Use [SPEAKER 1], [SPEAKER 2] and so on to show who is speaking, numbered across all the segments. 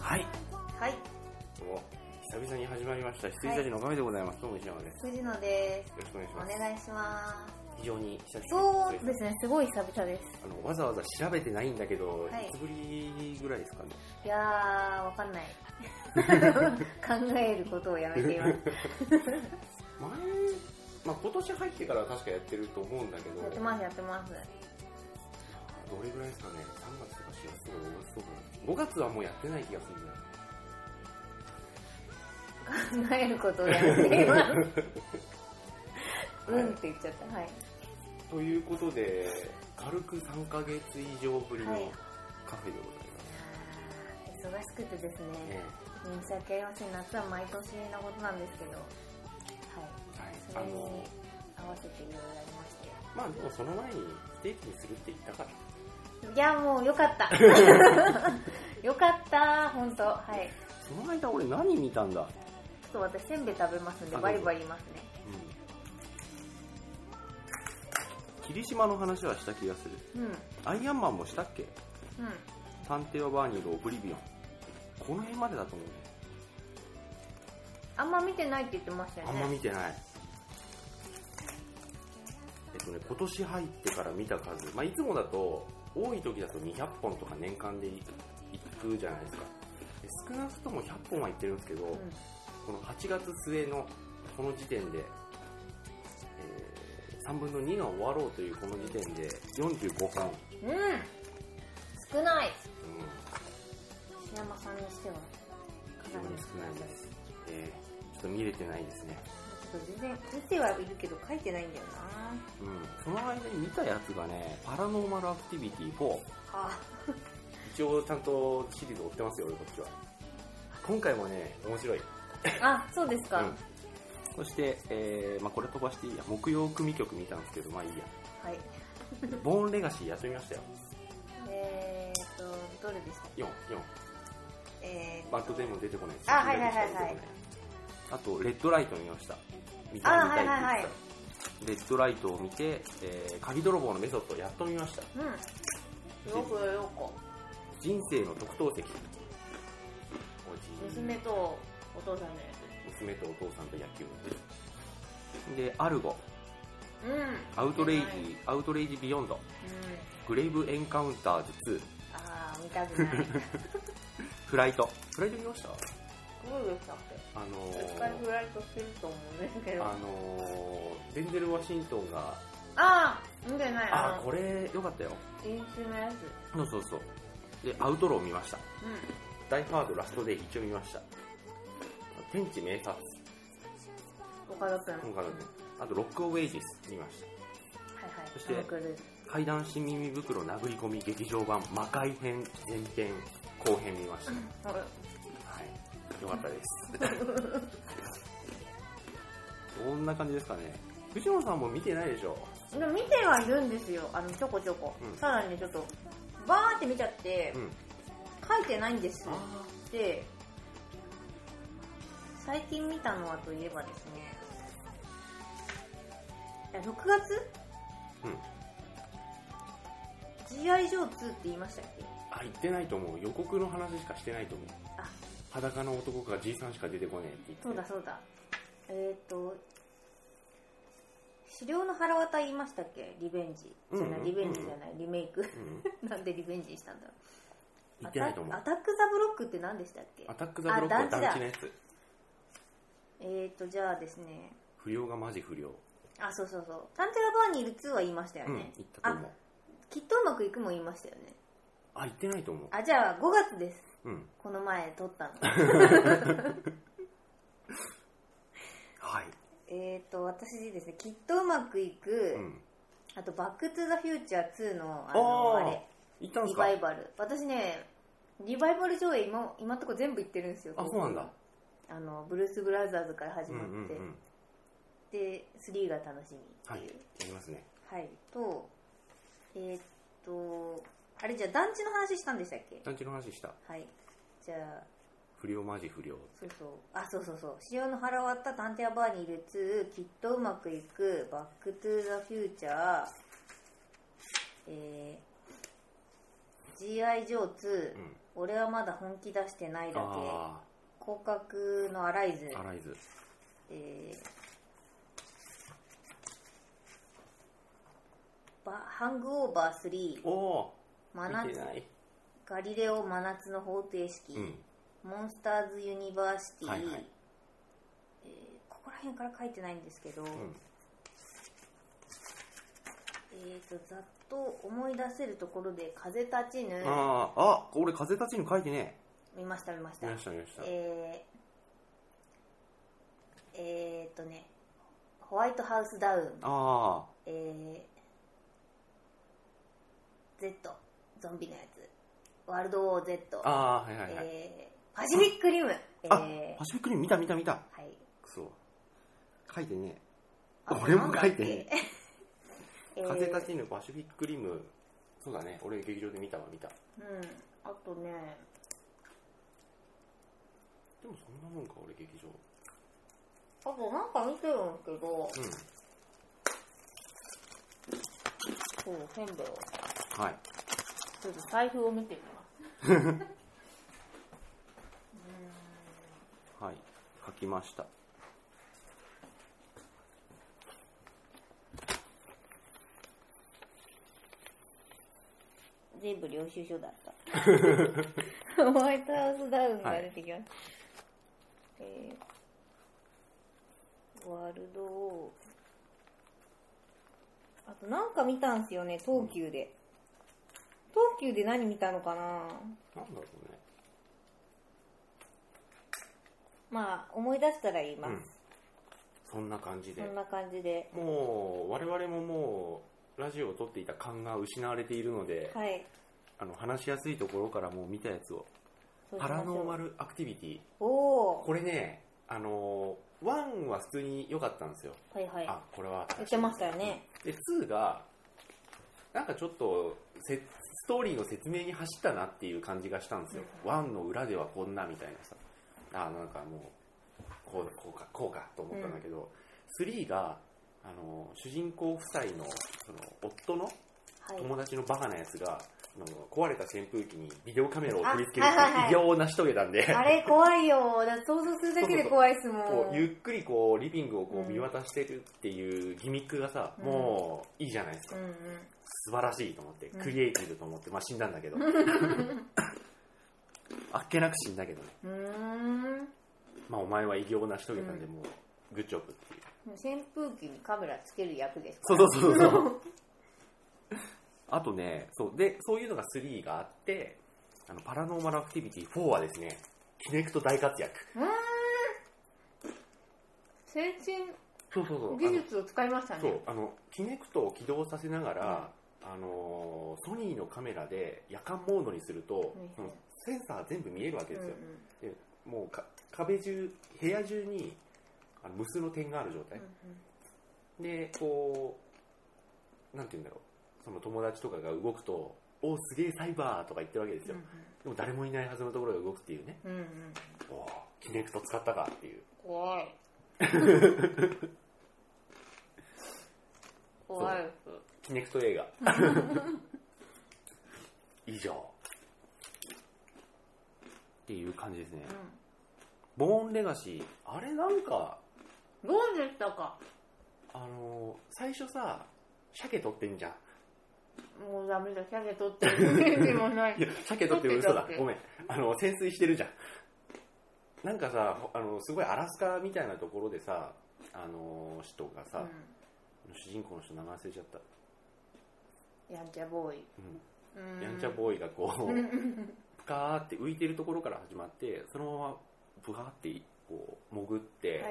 [SPEAKER 1] はい
[SPEAKER 2] はい、
[SPEAKER 1] お久々に始まりました羊たちのおかげでございます、どうも石山です
[SPEAKER 2] 藤野です
[SPEAKER 1] よ。ろしくお願いし
[SPEAKER 2] お
[SPEAKER 1] ます
[SPEAKER 2] 願いしま
[SPEAKER 1] 非常に久しぶり
[SPEAKER 2] す。そうですね、すごい久々です。
[SPEAKER 1] あのわざわざ調べてないんだけど、
[SPEAKER 2] はい
[SPEAKER 1] いつぶりぐらいですかね
[SPEAKER 2] いやー、わか んない。考えることをやめています。
[SPEAKER 1] 前、まあ、今年入ってからは確かやってると思うんだけど
[SPEAKER 2] やってます、やってます。
[SPEAKER 1] どれぐらいですかね3月とか4月とか5月とか5月はもうやってない気がするんだ
[SPEAKER 2] 考えることをやめています。 うんって言っちゃった。はい。
[SPEAKER 1] ということで軽く3ヶ月以上ぶりの
[SPEAKER 2] はい
[SPEAKER 1] カフェでございます
[SPEAKER 2] 忙しくてですね、
[SPEAKER 1] ね、
[SPEAKER 2] 申し訳ありません。夏は毎年のことなんですけど、はい。そ
[SPEAKER 1] はい、あ
[SPEAKER 2] れに
[SPEAKER 1] の
[SPEAKER 2] 合わせていろいろやりまして。
[SPEAKER 1] まあでもその前にステーキにするって言ったから
[SPEAKER 2] いや、もうよかった。 よかった、ほんと。はい。
[SPEAKER 1] その間俺何見たんだ
[SPEAKER 2] ちょっと私せんべい食べますんで
[SPEAKER 1] あ
[SPEAKER 2] バリバリ言いますね
[SPEAKER 1] うん霧島の話はした気がする
[SPEAKER 2] うんうん
[SPEAKER 1] アイアンマンもしたっけ探偵はバーニーのオブリビオンこの辺までだと思うね
[SPEAKER 2] あんま見てないって言ってましたよ
[SPEAKER 1] あん
[SPEAKER 2] ね
[SPEAKER 1] ま見てないえっとね今年入ってから見た数、まあ、いつもだと多い時だと200本とか年間でいくじゃないですかで少なくとも100本はいってるんですけど、
[SPEAKER 2] うん
[SPEAKER 1] この8月末のこの時点で、え3分の2が終わろうというこの時点で45本、うん、
[SPEAKER 2] うん少ない石山さんにしては
[SPEAKER 1] 非常に少ないです、えーちょっと見れてないですね、
[SPEAKER 2] ちょっと全然見てはいるけど書いてないんだよな
[SPEAKER 1] うん、その間に見たやつがね「パラノーマルアクティビティ4」
[SPEAKER 2] あ
[SPEAKER 1] 一応ちゃんとシリーズ追ってますよ俺こっちは今回もね面白い、
[SPEAKER 2] あそうですか、
[SPEAKER 1] うんそして、えーまあ、これ飛ばしていいや木曜組曲見たんですけどまあいいや
[SPEAKER 2] はい
[SPEAKER 1] ボーンレガシーやってみましたよ
[SPEAKER 2] えーっとどれでした
[SPEAKER 1] 44
[SPEAKER 2] えーっと
[SPEAKER 1] バックデーも出てこない
[SPEAKER 2] あはいはいはいはい
[SPEAKER 1] 出てこなあとレッドライト見ました見た見たいって言ってた、
[SPEAKER 2] あはいはいはい
[SPEAKER 1] レッドライトを見て、えー鍵泥棒のメソッドやっと見ました
[SPEAKER 2] うんよくよく
[SPEAKER 1] 人生の特等席
[SPEAKER 2] 娘とお父さんのや
[SPEAKER 1] 娘とお父さんと野球でアルゴ
[SPEAKER 2] つうんうん
[SPEAKER 1] アウトレイジ
[SPEAKER 2] はい
[SPEAKER 1] アウトレイジビヨンドグレイブエンカウンターズ2
[SPEAKER 2] ああ見た くないど
[SPEAKER 1] フライトフライト見ました
[SPEAKER 2] うでしたっけ
[SPEAKER 1] あの
[SPEAKER 2] 一回
[SPEAKER 1] ー
[SPEAKER 2] フライトしてると思うんですけど。
[SPEAKER 1] あ
[SPEAKER 2] あ
[SPEAKER 1] のーデンゼル・ワシントンが
[SPEAKER 2] あー見てない。あ
[SPEAKER 1] あ
[SPEAKER 2] の
[SPEAKER 1] これよかったよ
[SPEAKER 2] 練習のやつ。
[SPEAKER 1] そうそうそうでアウトロー見ました
[SPEAKER 2] う
[SPEAKER 1] ダイハードラストデイ一応見ました天地名察
[SPEAKER 2] ん。岡田くん。
[SPEAKER 1] 今回のねあとロックオブエイジス見ました
[SPEAKER 2] はいはい。
[SPEAKER 1] そして
[SPEAKER 2] トムクルーズ
[SPEAKER 1] 階段新耳袋殴り込み劇場版魔界編前編後編見ました、
[SPEAKER 2] あ
[SPEAKER 1] はいよかったですこんな感じですかね藤野さんも見てないでしょ
[SPEAKER 2] でも見てはいるんですよ。あの、ちょこちょこ
[SPEAKER 1] うん。
[SPEAKER 2] さらにちょっと、バーって見ちゃって
[SPEAKER 1] う、ん
[SPEAKER 2] 書いてないんですよ。
[SPEAKER 1] あ
[SPEAKER 2] で、最近見たのはといえばですね、いや6月
[SPEAKER 1] うん
[SPEAKER 2] ?GI ジョー2って言いましたっけ
[SPEAKER 1] あ言ってないと思う予告の話しかしてないと思う
[SPEAKER 2] あ
[SPEAKER 1] 裸の男かじいさんしか出てこねえって言って
[SPEAKER 2] そうだそうだ。えっ、と、狩猟の腹渡言いましたっけリベンジ。じゃない、
[SPEAKER 1] うんうん
[SPEAKER 2] リベンジじゃない、リメイク。
[SPEAKER 1] うん
[SPEAKER 2] なんでリベンジにしたんだろう。
[SPEAKER 1] 言ってないと思う
[SPEAKER 2] アタアタック・ザ・ブロックって何でしたっけ
[SPEAKER 1] アタック・ザ・ブロックは
[SPEAKER 2] あ団地だ
[SPEAKER 1] 団地のやつ
[SPEAKER 2] えっ、と、じゃあですね、
[SPEAKER 1] 不良がマジ不良
[SPEAKER 2] あ、そうそうそう。タンテラバーにいる2は言いましたよ
[SPEAKER 1] うん
[SPEAKER 2] ね。
[SPEAKER 1] 言ったと思う
[SPEAKER 2] きっとうまくいくも言いましたよね。
[SPEAKER 1] あ言ってないと思う
[SPEAKER 2] あ、じゃあ5月です。
[SPEAKER 1] うん
[SPEAKER 2] この前撮 ったの。
[SPEAKER 1] はい
[SPEAKER 2] えっと、私ですね、きっとうまくいく、
[SPEAKER 1] うん
[SPEAKER 2] あと、バック・トゥ・ザ・フューチャー2の、あの、あ
[SPEAKER 1] あ
[SPEAKER 2] れ
[SPEAKER 1] あ。行ったんで
[SPEAKER 2] リ
[SPEAKER 1] すか
[SPEAKER 2] バイバル私ねリバイバル上映今今んとこ全部行ってるんですよ
[SPEAKER 1] あそうなんだ
[SPEAKER 2] あのブルース・ブラザーズから始
[SPEAKER 1] うんう
[SPEAKER 2] まって、
[SPEAKER 1] んうん
[SPEAKER 2] で3が楽しみって
[SPEAKER 1] はい
[SPEAKER 2] いう
[SPEAKER 1] やりますね
[SPEAKER 2] はい、とえーっとあれじゃあ団地の話したんでしたっけ
[SPEAKER 1] 団地の話した
[SPEAKER 2] はいじゃあ
[SPEAKER 1] 不良マジ不良
[SPEAKER 2] そうそうあそうそうそう「潮の腹割った探偵はバーにいる2」「きっとうまくいく」「バック・トゥ・ザ・フューチャー」えー G.I. ジョー2、
[SPEAKER 1] うん
[SPEAKER 2] 俺はまだ本気出してないだけ、
[SPEAKER 1] あ
[SPEAKER 2] 広角のアライズ
[SPEAKER 1] あ、アライズ。
[SPEAKER 2] えーばハングオーバー3
[SPEAKER 1] おお
[SPEAKER 2] 真
[SPEAKER 1] 見て
[SPEAKER 2] 夏
[SPEAKER 1] ない。
[SPEAKER 2] ガリレオ真夏の方程式、
[SPEAKER 1] うん。
[SPEAKER 2] モンスターズ・ユニバーシティ、
[SPEAKER 1] はいはい
[SPEAKER 2] えーここら辺から書いてないんですけど、
[SPEAKER 1] うん。
[SPEAKER 2] えー、とざっと思い出せるところで「風立ちぬ」
[SPEAKER 1] ああ、あ、俺風立ちに書いてね
[SPEAKER 2] 見ました見まし
[SPEAKER 1] え。
[SPEAKER 2] た
[SPEAKER 1] 見ました見ました。
[SPEAKER 2] えー、えー、とね「ホワイトハウス・ダウン」
[SPEAKER 1] あ
[SPEAKER 2] えー、Z ゾンビのやつワールド・ウォー Z
[SPEAKER 1] あ、ああ、はいはいはい。
[SPEAKER 2] えー、パシフィック・リムえー、
[SPEAKER 1] あ
[SPEAKER 2] は
[SPEAKER 1] パシフィックリム見た見た見た。
[SPEAKER 2] い
[SPEAKER 1] くそ。書いてね
[SPEAKER 2] あ
[SPEAKER 1] 俺も書いて
[SPEAKER 2] なんだっ
[SPEAKER 1] え。
[SPEAKER 2] けえー
[SPEAKER 1] 風 立ちぬパシフィックリム。そうだね。俺劇場で見たわ、見た。で
[SPEAKER 2] うんあとね
[SPEAKER 1] もそんなもんか、俺劇場。
[SPEAKER 2] あとなんか見てるんですけど
[SPEAKER 1] うん。
[SPEAKER 2] そうせんべいを
[SPEAKER 1] はい。
[SPEAKER 2] ちょっと財布を見てみます
[SPEAKER 1] はい。書きました。
[SPEAKER 2] うーん全部領収書だった ホワイトハウスダウンが出てきました、えーワールドをあとなんか見たんすよね東急で、東急で何見たのかな
[SPEAKER 1] なんだろうね。
[SPEAKER 2] まあ思い出したら言います、
[SPEAKER 1] うん。そんな感じで
[SPEAKER 2] そ。んな感じで
[SPEAKER 1] もう、我々ももう、ラジオを撮っていた感が失われているので、
[SPEAKER 2] はい
[SPEAKER 1] あの、話しやすいところからもう見たやつを。
[SPEAKER 2] そうし
[SPEAKER 1] パ
[SPEAKER 2] ましょう
[SPEAKER 1] ラノーマルアクティビティ。
[SPEAKER 2] おお
[SPEAKER 1] これね、あのー、1は普通に良かったんですよ。
[SPEAKER 2] はいはい
[SPEAKER 1] あ、これは。
[SPEAKER 2] 言ってましたよね。
[SPEAKER 1] で、2が、なんかちょっとせ、ストーリーの説明に走ったなっていう感じがしたんですよ。1の裏ではこんなみたいなさ。あ、なんかもう、こうこうか、こうかと思ったんだけど、3が、あのー、主人公夫妻の、その、夫の
[SPEAKER 2] はい
[SPEAKER 1] 友達のバカなやつが、あの壊れた扇風機にビデオカメラを取り付ける
[SPEAKER 2] あはいはいはい
[SPEAKER 1] 偉業を成し遂げたんで、
[SPEAKER 2] あれ怖いよ。だって想像するだけで怖いっすもん。
[SPEAKER 1] こうゆっくりこうリビングをこ
[SPEAKER 2] う
[SPEAKER 1] うん見渡してるっていうギミックがさ、
[SPEAKER 2] うん
[SPEAKER 1] もういいじゃないですか、
[SPEAKER 2] うんうん。
[SPEAKER 1] 素晴らしいと思って
[SPEAKER 2] うん
[SPEAKER 1] クリエイティブと思って、まあ、死んだんだけど あっけなく死んだけどね、
[SPEAKER 2] うーん。
[SPEAKER 1] まあ、お前は偉業を成し遂げたんで、
[SPEAKER 2] う
[SPEAKER 1] もうグッジョブっていう
[SPEAKER 2] 扇風機にカメラつける役です
[SPEAKER 1] そうそうそうそう あとねそうでそういうのが3があってあのパラノーマルアクティビティ4はですねキネクト大活躍
[SPEAKER 2] 先進
[SPEAKER 1] そうそうそう
[SPEAKER 2] 技術を使いました
[SPEAKER 1] あの
[SPEAKER 2] ね。
[SPEAKER 1] そうあのキネクトを起動させながら、あのーソニーのカメラで夜間モードにすると、
[SPEAKER 2] うん
[SPEAKER 1] そのセンサー全部見えるわけですよ、
[SPEAKER 2] う
[SPEAKER 1] もうか壁中部屋中にあの無数の点がある状態
[SPEAKER 2] んうん、
[SPEAKER 1] でこうなんて言うんだろうその友達とかが動くと「おーすげえサイバー」とか言ってるわけです
[SPEAKER 2] う
[SPEAKER 1] よ、
[SPEAKER 2] ん
[SPEAKER 1] でも誰もいないはずのところが動くっていうね
[SPEAKER 2] うん。うんうん。
[SPEAKER 1] 「おーキネクト使ったか」っていう
[SPEAKER 2] 怖い。怖いっす。
[SPEAKER 1] キネクト映画以上っていう感じですね、
[SPEAKER 2] う
[SPEAKER 1] ボーンレガシーあれなんか
[SPEAKER 2] ん。どうでしたか
[SPEAKER 1] あのー最初さ鮭取ってんじゃん
[SPEAKER 2] もうダメだ、シャゲ撮ってる。でもない
[SPEAKER 1] い。や鮭取ってる嘘
[SPEAKER 2] 取っ
[SPEAKER 1] だ
[SPEAKER 2] てたって
[SPEAKER 1] ごめんあの潜水してるじゃんなんかさあのすごいアラスカみたいなところでさあのー人が
[SPEAKER 2] う
[SPEAKER 1] さ、主人公の人名前忘れちゃった、
[SPEAKER 2] ん。やんちゃボーイ。
[SPEAKER 1] う
[SPEAKER 2] うん
[SPEAKER 1] ん、やんちゃボーイがこう、
[SPEAKER 2] うんうん
[SPEAKER 1] ぷかーって浮いてるところから始まってそのままぶかーってこう潜っ
[SPEAKER 2] うん。は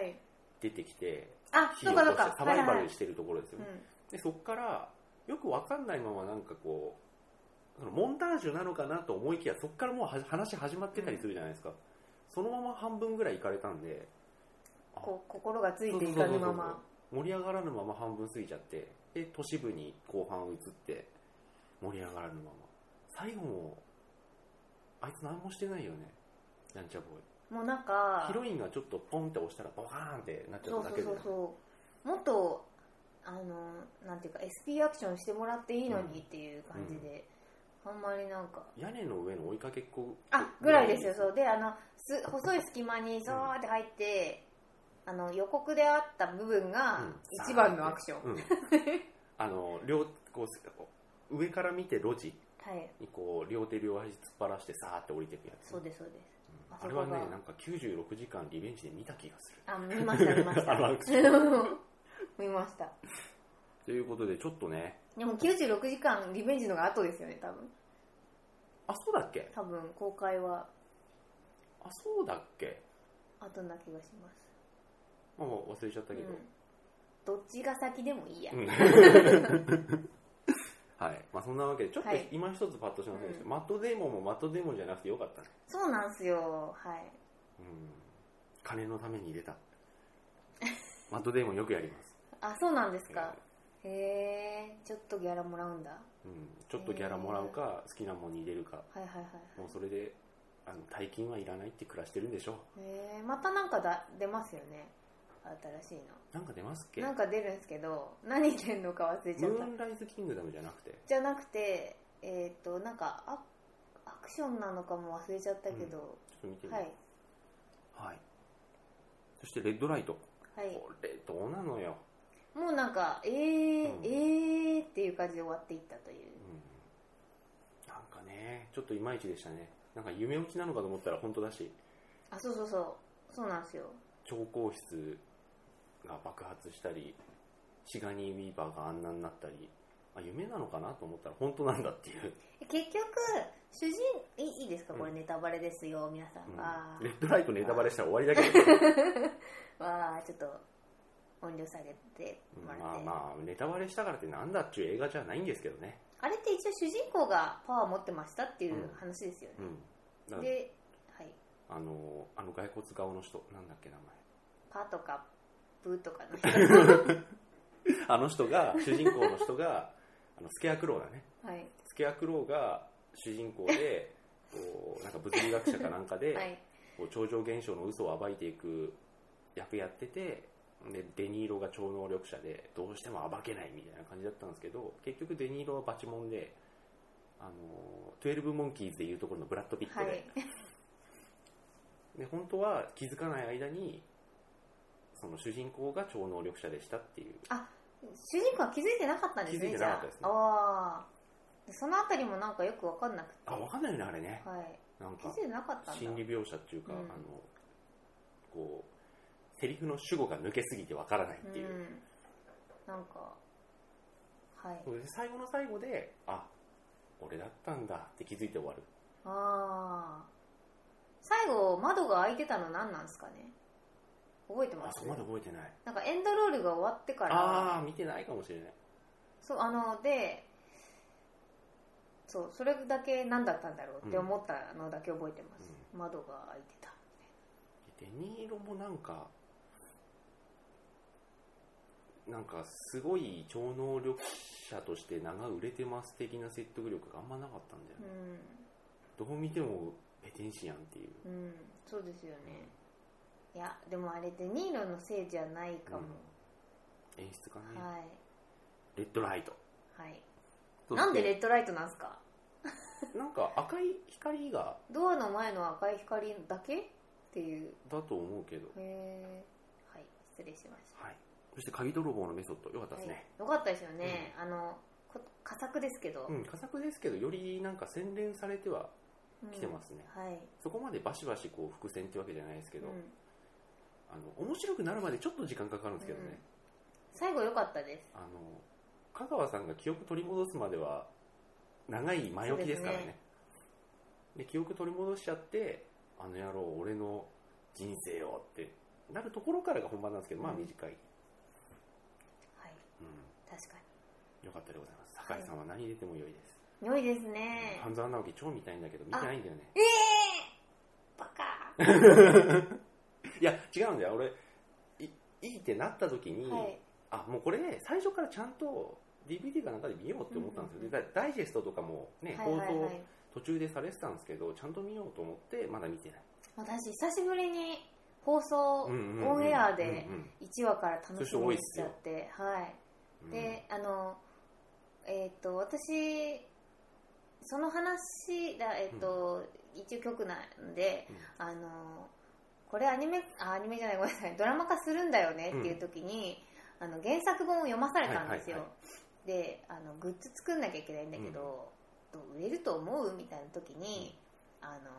[SPEAKER 1] て
[SPEAKER 2] い。
[SPEAKER 1] 出てきて、
[SPEAKER 2] あ、
[SPEAKER 1] 火
[SPEAKER 2] そ
[SPEAKER 1] を
[SPEAKER 2] うか
[SPEAKER 1] 落と
[SPEAKER 2] そう
[SPEAKER 1] して
[SPEAKER 2] か。
[SPEAKER 1] サバイバ
[SPEAKER 2] はいはい
[SPEAKER 1] ルしてるところですよね、
[SPEAKER 2] うん
[SPEAKER 1] でそっからよくわかんないままなんかこうそのモンタージュなのかなと思いきやそっからもうは話始まってたりするじゃないですか、そのまま半分ぐらい行かれたんで
[SPEAKER 2] こう心がついていかぬまま
[SPEAKER 1] 盛り上がらぬまま半分過ぎちゃってで都市部に後半移って盛り上がらぬまま最後もあいつ何もしてないよねなんちゃボーイ
[SPEAKER 2] もうなんか
[SPEAKER 1] ヒロインがちょっとポンって押したらボカーンってなっちゃ
[SPEAKER 2] そ
[SPEAKER 1] っ
[SPEAKER 2] う
[SPEAKER 1] ただ
[SPEAKER 2] そう
[SPEAKER 1] けで
[SPEAKER 2] そうそうもっとあのなんていうか SP アクションしてもらっていいのにっていう感じで、あんまりなんか
[SPEAKER 1] 屋根の上の追いかけっこ
[SPEAKER 2] あぐらいですよそうであのす細い隙間にそーって入って、あの予告であった部分が
[SPEAKER 1] うん
[SPEAKER 2] 一番のアクション、
[SPEAKER 1] うんあの両こう上から見て路地
[SPEAKER 2] はい
[SPEAKER 1] にこう両手両足突っ張らしてさーって降りていくやつ
[SPEAKER 2] そうですそうです
[SPEAKER 1] うん
[SPEAKER 2] あ
[SPEAKER 1] あ
[SPEAKER 2] そ
[SPEAKER 1] れ
[SPEAKER 2] こが
[SPEAKER 1] はねなんか96時間リベンジで見た気がする
[SPEAKER 2] あ見ました見まし
[SPEAKER 1] あ
[SPEAKER 2] た
[SPEAKER 1] のアクシ
[SPEAKER 2] 見ました
[SPEAKER 1] ということでちょっとね
[SPEAKER 2] でも96時間リベンジのが後ですよね多分
[SPEAKER 1] あそうだっけ
[SPEAKER 2] 多分公開は
[SPEAKER 1] あそうだっけ
[SPEAKER 2] 後な気がします
[SPEAKER 1] まあもう忘れちゃったけど、
[SPEAKER 2] うんどっちが先でもいいや、
[SPEAKER 1] うん はいまあ、そんなわけでちょっと
[SPEAKER 2] はい
[SPEAKER 1] 今一つパッとしませんでした、
[SPEAKER 2] うん
[SPEAKER 1] マットデーモンもマットデーモンじゃなくてよかったね、
[SPEAKER 2] そうなんすよはい
[SPEAKER 1] うん、金のために入れ たマットデーモンよくやります、
[SPEAKER 2] あそうなんですかへえちょっとギャラもらうんだは
[SPEAKER 1] うん、ちょっとギャラもらうか好きなもんに入れるか
[SPEAKER 2] いはいはい
[SPEAKER 1] もうそれであの大金はいらないって暮らしてるんでしょ
[SPEAKER 2] へえまたなんかだ出ますよね新しい
[SPEAKER 1] なんか出ますっけ
[SPEAKER 2] のなんか出るんですけど何出るのか忘れち
[SPEAKER 1] ム
[SPEAKER 2] ゃった
[SPEAKER 1] ーンライズキングダムじゃなくて
[SPEAKER 2] じゃなくてえっ、となんかアアクションなのかも忘れちゃったけど、
[SPEAKER 1] ちょっと見てみ
[SPEAKER 2] は
[SPEAKER 1] よ
[SPEAKER 2] いう
[SPEAKER 1] はい、そしてレッドライト
[SPEAKER 2] はい
[SPEAKER 1] これどうなのよ、
[SPEAKER 2] もうなんかえー、
[SPEAKER 1] うん
[SPEAKER 2] えーっていう感じで終わっていったという
[SPEAKER 1] うん、なんかねちょっといまいちでしたねなんか夢落ちなのかと思ったら本当だし
[SPEAKER 2] あそうそうそうそうなんですよ
[SPEAKER 1] 調光室が爆発したりシガニー・ウィーバーがあんなになったりあ夢なのかなと思ったら本当なんだっていう、
[SPEAKER 2] 結局主人いいいですかこれ
[SPEAKER 1] うん
[SPEAKER 2] ネタバレですよ皆さん、
[SPEAKER 1] うん
[SPEAKER 2] わ
[SPEAKER 1] レッドライトネタバレしたら終わりだ けど、
[SPEAKER 2] ーわーちょっと音量下げて
[SPEAKER 1] うん
[SPEAKER 2] もらっ
[SPEAKER 1] まあ
[SPEAKER 2] て、
[SPEAKER 1] まあネタバレしたからってなんだっちゅう映画じゃないんですけどね
[SPEAKER 2] あれって一応主人公がパワー持ってましたっていう
[SPEAKER 1] うん
[SPEAKER 2] 話ですよね
[SPEAKER 1] う、んだから
[SPEAKER 2] で、はい、
[SPEAKER 1] あのあの骸骨顔の人なんだっけ名前
[SPEAKER 2] パとかブーとかの人
[SPEAKER 1] あの人 が主人公の人があのスケアクローだね
[SPEAKER 2] はい
[SPEAKER 1] スケアクローが主人公でこうなんか物理学者かなんかで、
[SPEAKER 2] はい
[SPEAKER 1] こう超常現象の嘘を暴いていく役やっててでデニーロが超能力者でどうしても暴けないみたいな感じだったんですけど結局デニーロはバチモンで「あの12モンキーズ」でいうところのブラッド・ピット
[SPEAKER 2] は
[SPEAKER 1] で,、
[SPEAKER 2] い
[SPEAKER 1] で本当は気づかない間にその主人公が超能力者でしたっていう
[SPEAKER 2] 主人公は気づいてなかったんです
[SPEAKER 1] 気づい
[SPEAKER 2] ね
[SPEAKER 1] て
[SPEAKER 2] じ
[SPEAKER 1] なかっ
[SPEAKER 2] ゃ
[SPEAKER 1] たですね
[SPEAKER 2] あああーそのあたりもなんかよく分かんなくて
[SPEAKER 1] あ分かんないよねあれね
[SPEAKER 2] はい
[SPEAKER 1] なん
[SPEAKER 2] 気
[SPEAKER 1] か
[SPEAKER 2] づいてなかったんだ
[SPEAKER 1] 心理描写っていうか、
[SPEAKER 2] うん
[SPEAKER 1] あのこうセリフの主語が抜けすぎてわからないっていう、
[SPEAKER 2] ん、なんかはい
[SPEAKER 1] それで最後の最後であ俺だったんだって気づいて終わる
[SPEAKER 2] ああ最後窓が開いてたの何なんですかね覚えて
[SPEAKER 1] あ
[SPEAKER 2] ます
[SPEAKER 1] そこまで覚えてない
[SPEAKER 2] なんかエンドロールが終わってから
[SPEAKER 1] ああー見てないかもしれない
[SPEAKER 2] そうあのでそうそれだけ何だったんだろうって思ったのだけ覚えてます、窓が開いてた
[SPEAKER 1] デニーロもなんかなんかすごい超能力者として名が売れてます的な説得力があんまなかったんだよね、どう見てもペテンシアンっていう
[SPEAKER 2] うん、うん、そうですよねいやでもあれデニーロのせいじゃないかも、
[SPEAKER 1] 演出かね、
[SPEAKER 2] はい
[SPEAKER 1] レッドライト
[SPEAKER 2] はいなんでレッドライトなんすか
[SPEAKER 1] なんか赤い光が
[SPEAKER 2] ドアの前の赤い光だけっていう
[SPEAKER 1] だと思うけど、
[SPEAKER 2] へえはい失礼しました
[SPEAKER 1] はい、そして鍵泥棒のメソッドよかったですね、
[SPEAKER 2] はい、よかったですよね、あのこ佳作ですけど、、
[SPEAKER 1] うん、佳作ですけどよりなんか洗練されてはきてますすね、
[SPEAKER 2] はい
[SPEAKER 1] そこまでバシバシこう伏線ってわけじゃないですけど、
[SPEAKER 2] うん
[SPEAKER 1] あの面白くなるまでちょっと時間かかるんですけどね、
[SPEAKER 2] 最後良かったです
[SPEAKER 1] あの香川さんが記憶取り戻すまでは長い前置きですからね
[SPEAKER 2] そう
[SPEAKER 1] で
[SPEAKER 2] で
[SPEAKER 1] 記憶取り戻しちゃってあの野郎俺の人生をってなるところからが本番なんですけどまあ
[SPEAKER 2] うん
[SPEAKER 1] 短い、
[SPEAKER 2] はい
[SPEAKER 1] うん、
[SPEAKER 2] 確か
[SPEAKER 1] よかったでございます酒井さんは何入れても良いです、
[SPEAKER 2] に良いですね
[SPEAKER 1] 半沢直樹超見たいんだけど見てないんだよね
[SPEAKER 2] ええー、バカ
[SPEAKER 1] いや違うんだよ俺いいいってなった時に、
[SPEAKER 2] はい
[SPEAKER 1] あもうこれね最初からちゃんと DVD かなんかで見ようって思ったんですよ、
[SPEAKER 2] うんうん
[SPEAKER 1] でダダイジェストとかもね
[SPEAKER 2] はい
[SPEAKER 1] 放
[SPEAKER 2] はいは
[SPEAKER 1] 送
[SPEAKER 2] い
[SPEAKER 1] 途中でされてたんですけどちゃんと見ようと思ってまだ見てない、
[SPEAKER 2] 私久しぶりに放送、
[SPEAKER 1] うんうんうん
[SPEAKER 2] オンエアで
[SPEAKER 1] うんうん
[SPEAKER 2] 1話から楽しみにしちゃってはい
[SPEAKER 1] うん
[SPEAKER 2] で、あのえっ、と私その話だえっと、一応局なんで、あのこれアニメあアニメじゃないごめんなさいドラマ化するんだよねっていう時に、あの原作本を読まされたんですよ、
[SPEAKER 1] はいは
[SPEAKER 2] であのグッズ作んなきゃいけないんだけど、どう売れると思うみたいな時に、あの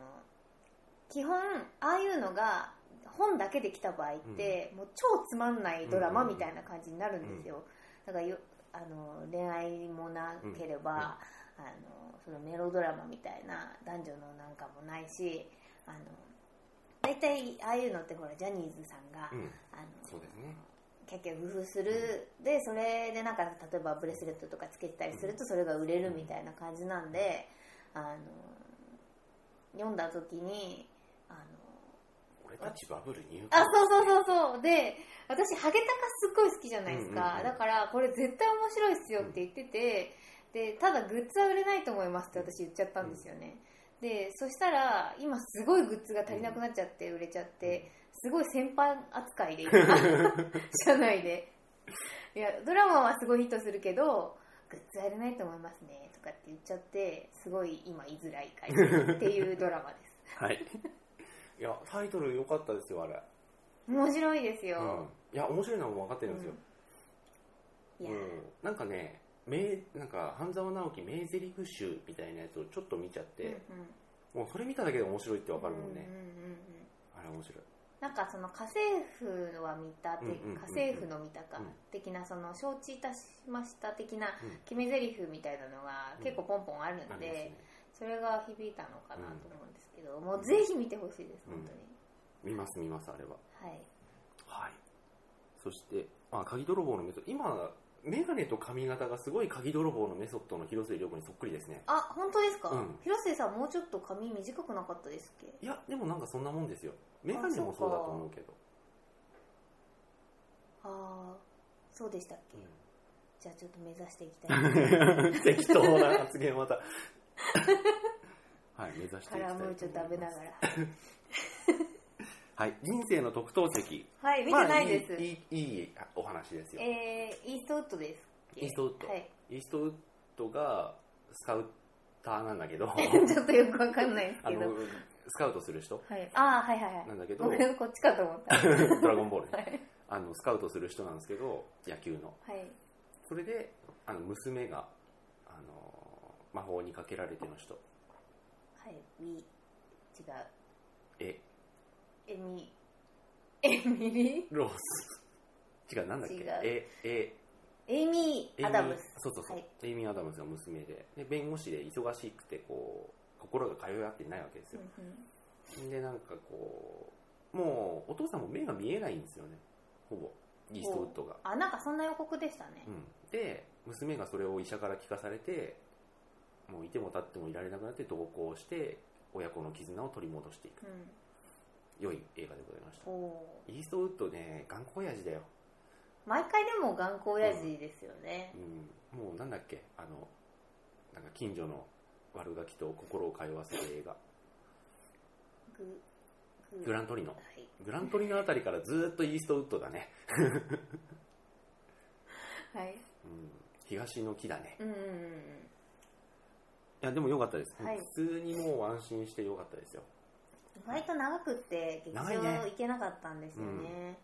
[SPEAKER 2] 基本ああいうのが本だけで来た場合って、もう超つまんないドラマみたいな感じになるんですよ、だからよあの恋愛もなければ、
[SPEAKER 1] うんうん
[SPEAKER 2] あのそのメロドラマみたいな男女のなんかもないしあの大体ああいうのってほらジャニーズさんが、
[SPEAKER 1] うん、
[SPEAKER 2] あの
[SPEAKER 1] そうですね
[SPEAKER 2] キャッキャ工夫する、でそれでなんか例えばブレスレットとかつけてたりするとそれが売れるみたいな感じなんで、あの読んだ時にあの
[SPEAKER 1] 俺たちバブル入
[SPEAKER 2] あそうそうそうそうで私ハゲタカすっごい好きじゃないですか、
[SPEAKER 1] うんうんうん
[SPEAKER 2] だからこれ絶対面白いっすよって言ってて、でただグッズは売れないと思いますって私言っちゃったんですよね、でそしたら今すごいグッズが足りなくなっちゃって売れちゃってすごい先輩扱い で今社内でいやドラマはすごいヒットするけどグッズは売れないと思いますねとかって言っちゃってすごい今言いづらい会社っていうドラマです
[SPEAKER 1] はい いやタイトル良かったですよあれ、
[SPEAKER 2] 面白いですよ、
[SPEAKER 1] うん、いや面白いのはもう分かってるんですよ、
[SPEAKER 2] いや、
[SPEAKER 1] うん、なんかね名なんか半沢直樹名台詞集みたいなやつをちょっと見ちゃって、
[SPEAKER 2] うんうん
[SPEAKER 1] もうそれ見ただけで面白いってわかるもんね、
[SPEAKER 2] うんうんうんうん
[SPEAKER 1] あれ面白い
[SPEAKER 2] なんかその家政婦は見たて、
[SPEAKER 1] うんうんうんうん
[SPEAKER 2] 家政婦の見たか
[SPEAKER 1] うん
[SPEAKER 2] 的なその承知いたしました的な
[SPEAKER 1] うん
[SPEAKER 2] 決め台詞みたいなのが結構ポンポンあ
[SPEAKER 1] あ
[SPEAKER 2] るん
[SPEAKER 1] ります
[SPEAKER 2] で
[SPEAKER 1] ね、
[SPEAKER 2] それが響いたのかなと思うんですけど、もうぜひ見てほしいです
[SPEAKER 1] うん
[SPEAKER 2] 本当に、
[SPEAKER 1] 見ます見ますあれは
[SPEAKER 2] はい
[SPEAKER 1] はいそして、まあ、鍵泥棒のメソッド今メガネと髪型がすごい鍵泥棒のメソッドの広末涼子にそっくりですね
[SPEAKER 2] あ本当ですか、
[SPEAKER 1] うん
[SPEAKER 2] 広末さんもうちょっと髪短くなかったですっけ
[SPEAKER 1] いやでもなんかそんなもんですよメガネもそうだと思うけど
[SPEAKER 2] ああそうでしたっけ、じゃあちょっと目指していき たい
[SPEAKER 1] うん適当な発言 またはい目指していきた
[SPEAKER 2] カ
[SPEAKER 1] いと
[SPEAKER 2] ラ
[SPEAKER 1] 思
[SPEAKER 2] ムーチョ食べ
[SPEAKER 1] い
[SPEAKER 2] な
[SPEAKER 1] ます
[SPEAKER 2] がら
[SPEAKER 1] はい人生の特等席
[SPEAKER 2] はい見てないです、
[SPEAKER 1] まあ、いいいいいいあお話ですよ
[SPEAKER 2] えー、イーストウッドですっけ
[SPEAKER 1] イーストウッド
[SPEAKER 2] はい
[SPEAKER 1] イーストウッドがスカウターなんだけ ど
[SPEAKER 2] ちょっとよくわかんないです
[SPEAKER 1] あ
[SPEAKER 2] け
[SPEAKER 1] の
[SPEAKER 2] ど。
[SPEAKER 1] スカウトする人
[SPEAKER 2] はい、ああ、はいはいはい
[SPEAKER 1] なんだけ。ど
[SPEAKER 2] ごめん、こっちかと 思った。は
[SPEAKER 1] ドラゴンボールね
[SPEAKER 2] い。
[SPEAKER 1] あのスカウトする人なんですけど野球の
[SPEAKER 2] はい。
[SPEAKER 1] それであの娘があの魔法にかけられての人
[SPEAKER 2] はい。み、違う。
[SPEAKER 1] え
[SPEAKER 2] えみ、エミリ
[SPEAKER 1] ロース違うなんだっけ
[SPEAKER 2] 違う
[SPEAKER 1] ええ
[SPEAKER 2] エイミ
[SPEAKER 1] エイミ
[SPEAKER 2] ー・
[SPEAKER 1] ー
[SPEAKER 2] アダムス。
[SPEAKER 1] そうそうそう、
[SPEAKER 2] はい
[SPEAKER 1] エイミー・アダムスが娘でで弁護士で忙しくてこう心が通い合ってないわけです
[SPEAKER 2] う
[SPEAKER 1] よ
[SPEAKER 2] ん、うん
[SPEAKER 1] でなんかこうもうお父さんも目が見えないんですよねほぼイーストウッドが
[SPEAKER 2] あ、なんかそんな予告でしたね
[SPEAKER 1] う。ん、で娘がそれを医者から聞かされてもういても立ってもいられなくなって同行して親子の絆を取り戻していく
[SPEAKER 2] うん。
[SPEAKER 1] 良い映画でございました
[SPEAKER 2] おお
[SPEAKER 1] イーストウッドね頑固親父だよ、
[SPEAKER 2] ー。毎回でも頑固親父ですよね。
[SPEAKER 1] うん、もうなんだっけあのなんか近所の悪ガキと心を通わせる映画
[SPEAKER 2] グ、
[SPEAKER 1] グラントリノ
[SPEAKER 2] はい。
[SPEAKER 1] グラントリノあたりからずーっとイーストウッドだね、
[SPEAKER 2] はい。
[SPEAKER 1] うん、東の木だね
[SPEAKER 2] うんうんうん
[SPEAKER 1] いやでも良かったです、
[SPEAKER 2] はい
[SPEAKER 1] 普通にもう安心して良かったですよ
[SPEAKER 2] うん。割と長くって、劇
[SPEAKER 1] 長いね
[SPEAKER 2] 場行けなかったんですよね。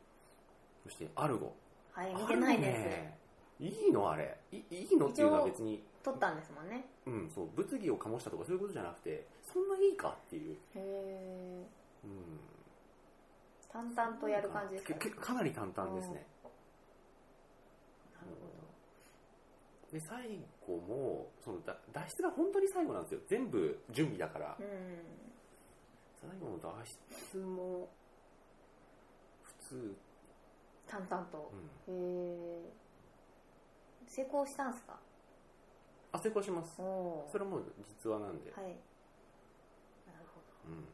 [SPEAKER 1] そしてアルゴ
[SPEAKER 2] はい、見てないです。
[SPEAKER 1] すいいのあれいいいのっていうのは別に
[SPEAKER 2] 撮ったんですもんね。
[SPEAKER 1] うんそう物議を醸したとかそういうことじゃなくてそんないいかっていう、
[SPEAKER 2] へえ。
[SPEAKER 1] うん、
[SPEAKER 2] 淡々とやる感じですか
[SPEAKER 1] かかかなり簡単ですね
[SPEAKER 2] なるほど
[SPEAKER 1] で最後もそのだ脱出が本当に最後なんですよ全部準備だから、
[SPEAKER 2] う
[SPEAKER 1] 最後の脱出も普通、うん、
[SPEAKER 2] ん、淡々と。へえ。成功したんすか。
[SPEAKER 1] あ成功します
[SPEAKER 2] おお
[SPEAKER 1] そ。れも実話なんで、
[SPEAKER 2] はい。なるほ
[SPEAKER 1] うん
[SPEAKER 2] ど。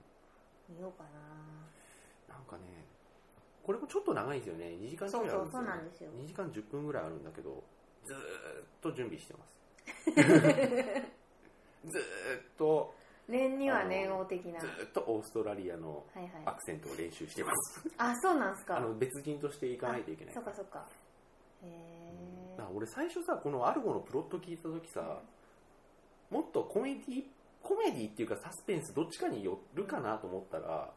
[SPEAKER 2] 見ようかな。
[SPEAKER 1] なんかね、これもちょっと長いんですよね、2時間
[SPEAKER 2] そう
[SPEAKER 1] ぐらいあるんで
[SPEAKER 2] そう
[SPEAKER 1] す
[SPEAKER 2] そう
[SPEAKER 1] よ、ね、
[SPEAKER 2] なんですよ。
[SPEAKER 1] 2時間10分ぐらいあるんだけど、ずーっと準備してます。 ずーっと、
[SPEAKER 2] 念には念を的な。
[SPEAKER 1] ず
[SPEAKER 2] は
[SPEAKER 1] ーっとオーストラリアの
[SPEAKER 2] いはい。
[SPEAKER 1] アクセントを練習してます。
[SPEAKER 2] あ、そうなんすか。
[SPEAKER 1] あの別人として行かないといけない
[SPEAKER 2] そっ
[SPEAKER 1] から。
[SPEAKER 2] かそっか。へ
[SPEAKER 1] うん
[SPEAKER 2] え
[SPEAKER 1] だか。ら俺最初さこのアルゴのプロット聞いた時さもっとコメディコメディっていうかサスペンスどっちかによるかなと思ったら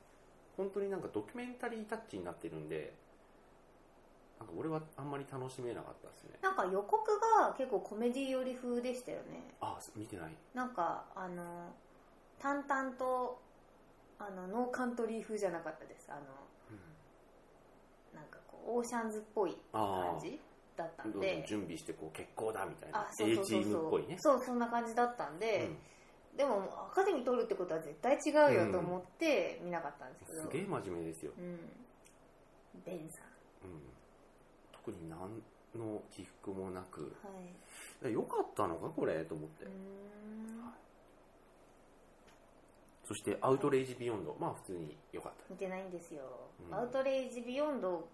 [SPEAKER 1] 本当になんかドキュメンタリータッチになってるんでなんか俺はあんまり楽しめなかったですね
[SPEAKER 2] なんか予告が結構コメディ寄り風でしたよね
[SPEAKER 1] あ見てない
[SPEAKER 2] なんかあの淡々とあのノーカントリー風じゃなかったですあの
[SPEAKER 1] うん
[SPEAKER 2] なんかこうオーシャンズっぽい
[SPEAKER 1] あ
[SPEAKER 2] 感じだった
[SPEAKER 1] あど
[SPEAKER 2] ん
[SPEAKER 1] んどん
[SPEAKER 2] で
[SPEAKER 1] 準備してこう結構だみたいな
[SPEAKER 2] あそう
[SPEAKER 1] A
[SPEAKER 2] そう
[SPEAKER 1] チ
[SPEAKER 2] そう
[SPEAKER 1] ームっ
[SPEAKER 2] そ
[SPEAKER 1] ぽ
[SPEAKER 2] う
[SPEAKER 1] いね
[SPEAKER 2] そうそんな感じだったん
[SPEAKER 1] う
[SPEAKER 2] で、
[SPEAKER 1] ん
[SPEAKER 2] でもアカデミー取るってことは絶対違うよと思って見なかったんですけど、
[SPEAKER 1] すげえ真面目ですよ、
[SPEAKER 2] うんベンさ
[SPEAKER 1] うん、特に何の起伏もなく
[SPEAKER 2] んはい
[SPEAKER 1] よかったのかこれと思って
[SPEAKER 2] うーん
[SPEAKER 1] そしてアウトレイジビヨンドまあ普通に良かった
[SPEAKER 2] 見てないんですよ、
[SPEAKER 1] うん
[SPEAKER 2] アウトレイジビヨンドを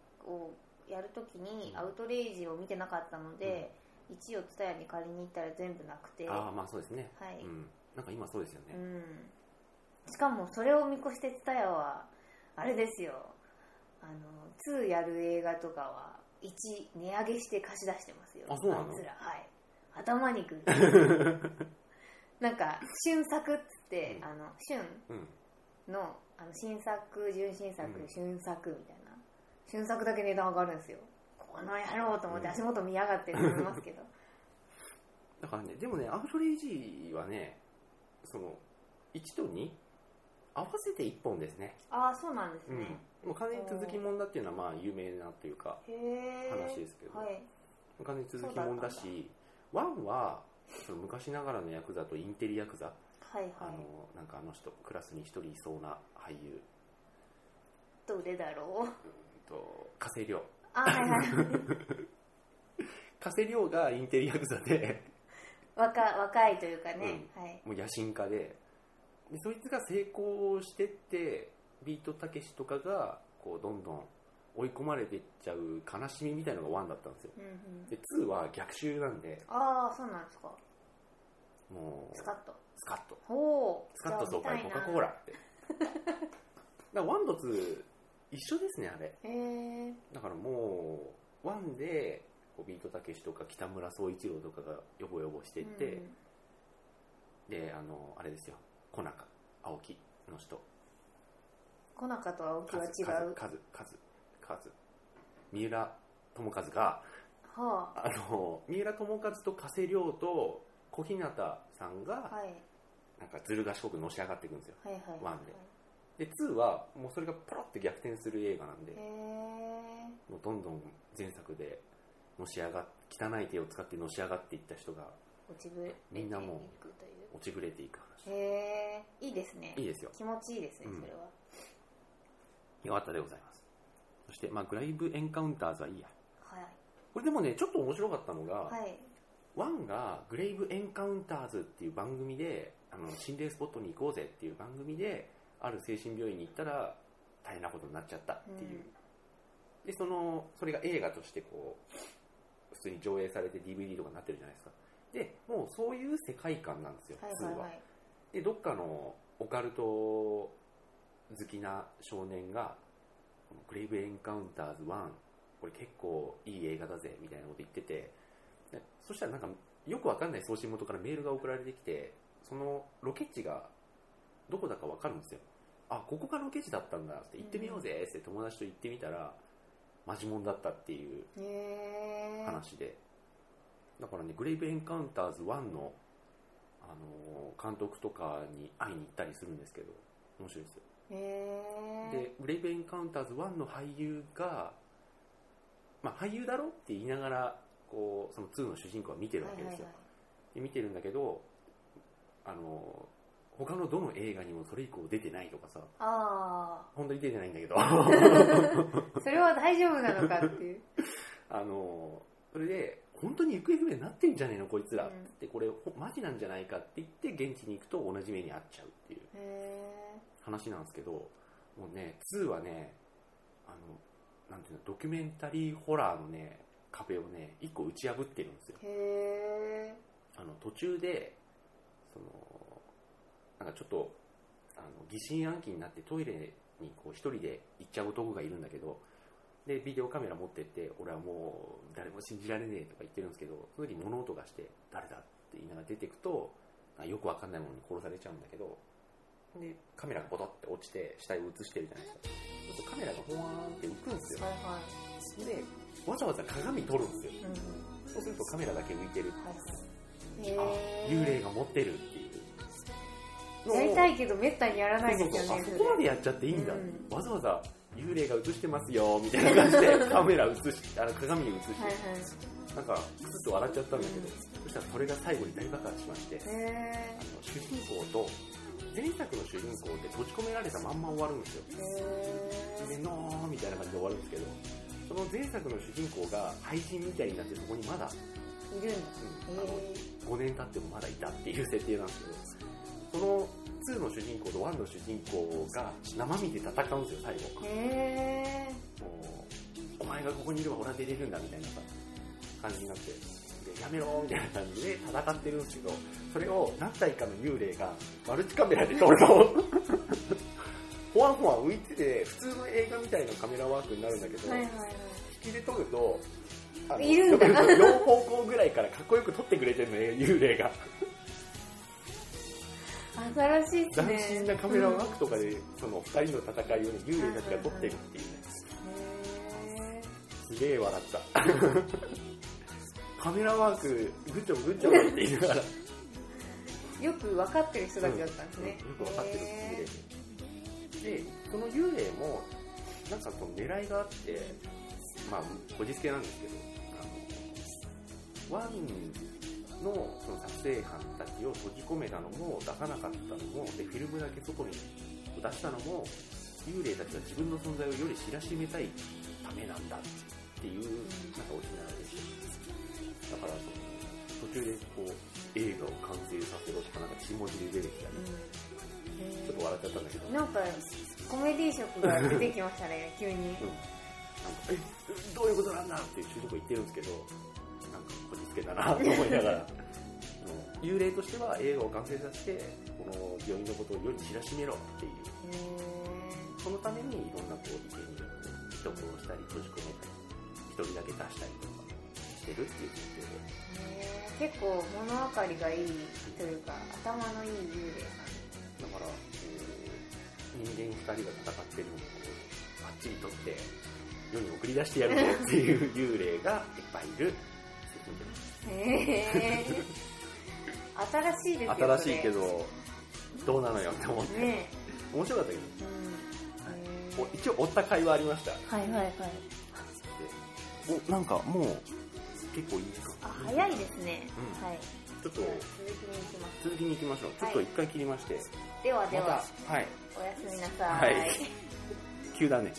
[SPEAKER 2] やるときに
[SPEAKER 1] うん
[SPEAKER 2] アウトレイジを見てなかったので、1を蔦屋に借りに行ったら全部なくて
[SPEAKER 1] ああ
[SPEAKER 2] は
[SPEAKER 1] まあそうですね、
[SPEAKER 2] い、
[SPEAKER 1] うんなんか今そうですよ
[SPEAKER 2] う
[SPEAKER 1] ね、
[SPEAKER 2] ん、しかもそれを見越して蔦屋はあれですよあの2やる映画とかは1値上げして貸し出してますよ
[SPEAKER 1] あそうなの
[SPEAKER 2] いつらはい頭にくる なんか「春作」っつって「
[SPEAKER 1] うん
[SPEAKER 2] あの春
[SPEAKER 1] うん」
[SPEAKER 2] のあの新作純新作、
[SPEAKER 1] うん
[SPEAKER 2] 春作みたいな春作だけ値段上がるんですよこの野郎と思って足元見やがってって思いま すけど
[SPEAKER 1] だからねでもねアウトレイジはねその1と2合わせて1本ですね、
[SPEAKER 2] ああそうなんです
[SPEAKER 1] うん
[SPEAKER 2] ね、
[SPEAKER 1] もう完全に続きもんだっていうのはまあ有名なというか
[SPEAKER 2] へえ
[SPEAKER 1] 話ですけど、
[SPEAKER 2] はい
[SPEAKER 1] 完全に続きもんだしワンはその昔ながらのヤクザとインテリヤクザ、
[SPEAKER 2] はいはい
[SPEAKER 1] あのなんかあの人クラスに1人いそうな俳優
[SPEAKER 2] どれだろ
[SPEAKER 1] う
[SPEAKER 2] う
[SPEAKER 1] んと加瀬亮
[SPEAKER 2] あはいはい
[SPEAKER 1] 加瀬亮がインテリヤクザで
[SPEAKER 2] 若若いというかね、はい
[SPEAKER 1] もう野心家ででそいつが成功してってビートたけしとかがこうどんどん追い込まれてっちゃう悲しみみたいのが1だったんですよ
[SPEAKER 2] うんうん、
[SPEAKER 1] で2は逆襲なんで
[SPEAKER 2] ああそうなんですか
[SPEAKER 1] もう
[SPEAKER 2] スカッと
[SPEAKER 1] スカッと
[SPEAKER 2] ほう
[SPEAKER 1] スカッと爽快
[SPEAKER 2] じ
[SPEAKER 1] コ
[SPEAKER 2] ゃあ見た
[SPEAKER 1] カ・
[SPEAKER 2] いな
[SPEAKER 1] コーラ ってだから1と2一緒ですねあれ
[SPEAKER 2] へえ
[SPEAKER 1] だからもう1でこうビートたけしとか北村総一郎とかがよぼよぼしてって、
[SPEAKER 2] うん
[SPEAKER 1] であのあれですよ小中青木の人
[SPEAKER 2] コナカと青木は違
[SPEAKER 1] 数
[SPEAKER 2] う
[SPEAKER 1] 数数数三浦友和が
[SPEAKER 2] は
[SPEAKER 1] あの三浦友和と加瀬亮と小日向さん
[SPEAKER 2] あ、
[SPEAKER 1] が
[SPEAKER 2] はい、
[SPEAKER 1] なんかずる賢くのし上がっていくんですよ
[SPEAKER 2] はいはいはい
[SPEAKER 1] ワンでで2はもうそれがポロって逆転する映画なんで
[SPEAKER 2] へえ
[SPEAKER 1] もうどんどん前作でのし上がっ汚い手を使ってのし上がっていった人が
[SPEAKER 2] 落ちぶれて
[SPEAKER 1] みんなもう
[SPEAKER 2] いくとい
[SPEAKER 1] 落ちぶれていく
[SPEAKER 2] うへえいいですね
[SPEAKER 1] 話いいですよ
[SPEAKER 2] 気持ちいいですね
[SPEAKER 1] うん
[SPEAKER 2] それは、
[SPEAKER 1] よかったでございますそして、まあ、グライブエンカウンターズはいいや
[SPEAKER 2] はい
[SPEAKER 1] これでもねちょっと面白かったのが、
[SPEAKER 2] はい
[SPEAKER 1] ワンがグレイブエンカウンターズっていう番組であの心霊スポットに行こうぜっていう番組である精神病院に行ったら大変なことになっちゃったっていう、でそのそれが映画としてこう普通に上映されて DVD とかになってるじゃないですかでもうそういう世界観なんですよ、
[SPEAKER 2] はい
[SPEAKER 1] ツー
[SPEAKER 2] はいは
[SPEAKER 1] はいでどっかのオカルト好きな少年がこのグレイブエンカウンターズ1これ結構いい映画だぜみたいなこと言っててでそしたらなんかよくわかんない送信元からメールが送られてきてそのロケ地がどこだかわかるんですよあここがロケ地だったんだって行ってみようぜって友達と行ってみたらマジモンだったっていう
[SPEAKER 2] へえ
[SPEAKER 1] 話で、だからね、グレイブエンカウンターズ1の、あのー監督とかに会いに行ったりするんですけど、面白いですよ。
[SPEAKER 2] へえ
[SPEAKER 1] で、グレイブエンカウンターズ1の俳優が、まあ、俳優だろって言いながら、こう、その2の主人公は見てるわけですよ。で見てるんだけど、あのー他のどの映画にもそれ以降出てないとかさ、
[SPEAKER 2] あ
[SPEAKER 1] 本当に出てないんだけど、
[SPEAKER 2] あそれは大丈夫なのかっ ていう
[SPEAKER 1] あのそれで本当に行方不明になってんじゃねえのこいつら、
[SPEAKER 2] うん
[SPEAKER 1] ってこれほマジなんじゃないかって言って現地に行くと同じ目に遭っちゃうっていう
[SPEAKER 2] へえ
[SPEAKER 1] 話なんですけどもうね2はねあのなんていうのドキュメンタリーホラーのね壁をね一個打ち破ってるんですよ
[SPEAKER 2] へえ
[SPEAKER 1] あの途中でそのなんかちょっとあの疑心暗鬼になってトイレにこう一人で行っちゃう男がいるんだけどでビデオカメラ持ってって俺はもう誰も信じられねえとか言ってるんですけどその時物音がして誰だって言いながら出てくとあよくわかんないものに殺されちゃうんだけどでカメラがボトって落ちて死体を映してるじゃないですかそうするとカメラがホワーンって浮くんですよ
[SPEAKER 2] はいは
[SPEAKER 1] でわざわざ鏡撮るんですよ
[SPEAKER 2] い、うん
[SPEAKER 1] そうするとカメラだけ浮いてる
[SPEAKER 2] はい
[SPEAKER 1] あ
[SPEAKER 2] へー
[SPEAKER 1] 幽霊が持ってるっていうのを
[SPEAKER 2] やりたいけどめったにやらない
[SPEAKER 1] そ
[SPEAKER 2] で
[SPEAKER 1] う
[SPEAKER 2] す
[SPEAKER 1] そうそう
[SPEAKER 2] よ
[SPEAKER 1] あ
[SPEAKER 2] ね
[SPEAKER 1] そこまでやっちゃっていいんだ、
[SPEAKER 2] うん
[SPEAKER 1] わざわざ幽霊が映してますよみたいな感じでカメラ映しあの鏡に映して、
[SPEAKER 2] はい
[SPEAKER 1] なんかクスッと笑っちゃったんだけど、
[SPEAKER 2] う
[SPEAKER 1] そしたらそれが最後に大爆発しまして、
[SPEAKER 2] はいへ
[SPEAKER 1] あの主人公と前作の主人公って閉じ込められたまんま終わるんですよ
[SPEAKER 2] ーへ
[SPEAKER 1] でのーみたいな感じで終わるんですけどその前作の主人公が廃人みたいになってそこにまだ、
[SPEAKER 2] ーいるんだ
[SPEAKER 1] うんあの
[SPEAKER 2] へ
[SPEAKER 1] 5年経ってもまだいたっていう設定なんですけどその2の主人公と1の主人公が生身で戦うんですよ最後
[SPEAKER 2] ーへー
[SPEAKER 1] もうお前がここにいれば俺は出れるんだみたいなさ感じになってでやめろみたいな感じで戦ってるんですけどそれを何体かの幽霊がマルチカメラで撮ると ほわほわ浮いてて普通の映画みたいなカメラワークになるんだけど、
[SPEAKER 2] はいはい
[SPEAKER 1] 引きで撮るとあの
[SPEAKER 2] いるんだ
[SPEAKER 1] 4方向ぐらいからかっこよく撮ってくれてるのね幽霊が
[SPEAKER 2] はい新しいっす
[SPEAKER 1] 斬
[SPEAKER 2] ね
[SPEAKER 1] 新なカメラワー
[SPEAKER 2] うん
[SPEAKER 1] クとかでその2人の戦いを、ね、幽霊たちが撮ってるっていうね
[SPEAKER 2] へ
[SPEAKER 1] すげえ笑った。カメラワーク、ぐちょぐちょって言いながら。
[SPEAKER 2] ーよく分かってる人たちだったんですね、
[SPEAKER 1] うんよくわかってる
[SPEAKER 2] へ
[SPEAKER 1] 幽霊で、この幽霊も、なんかその狙いがあって、まあ、こじつけなんですけど、あの、ワンのその撮影班たちを閉じ込めたのも、出さなかったのも、で、フィルムだけ外に出したのも、幽霊たちは自分の存在をより知らしめたいためなんだっていう、なんかオリジナルです。だからその途中でこう映画を完成させろとかなんか血文字で出てきたりちょ
[SPEAKER 2] ーうんへー
[SPEAKER 1] っと笑っちゃったんだけどなんか
[SPEAKER 2] なんかコメディ色が出てきまし たね急に
[SPEAKER 1] えどういうことなんだっていう主人公言ってるんですけどなんかこじつけだなと思いながらあの幽霊としては映画を完成させてこの病院のことを世に知らしめろっていうそのためにいろんなこう意見によって人を殺したり閉じ込めたり一人だけ出したりとかしてるっていう設定で
[SPEAKER 2] へー結構物分かりがいいというか頭のいい幽霊
[SPEAKER 1] だから、えー人間2人が戦ってるのをバッチリ取って世に送り出してやるぞっていう幽霊がいっぱいいる
[SPEAKER 2] さんへー新しいですよ
[SPEAKER 1] 新しいけ
[SPEAKER 2] ど
[SPEAKER 1] どどうなのよって思って
[SPEAKER 2] ね
[SPEAKER 1] 面白かったけ
[SPEAKER 2] え、
[SPEAKER 1] どお一応追った会はありましたで
[SPEAKER 2] はいはいはい
[SPEAKER 1] おなんかもう結構いいですか
[SPEAKER 2] あ早いですね、
[SPEAKER 1] うん
[SPEAKER 2] はい
[SPEAKER 1] ちょっと
[SPEAKER 2] では続きに行きま
[SPEAKER 1] 続きに行きましょうちょっと一回切りまして、
[SPEAKER 2] すではで
[SPEAKER 1] ま
[SPEAKER 2] は
[SPEAKER 1] たはい
[SPEAKER 2] おやすみなさい、
[SPEAKER 1] はい急だね
[SPEAKER 2] はい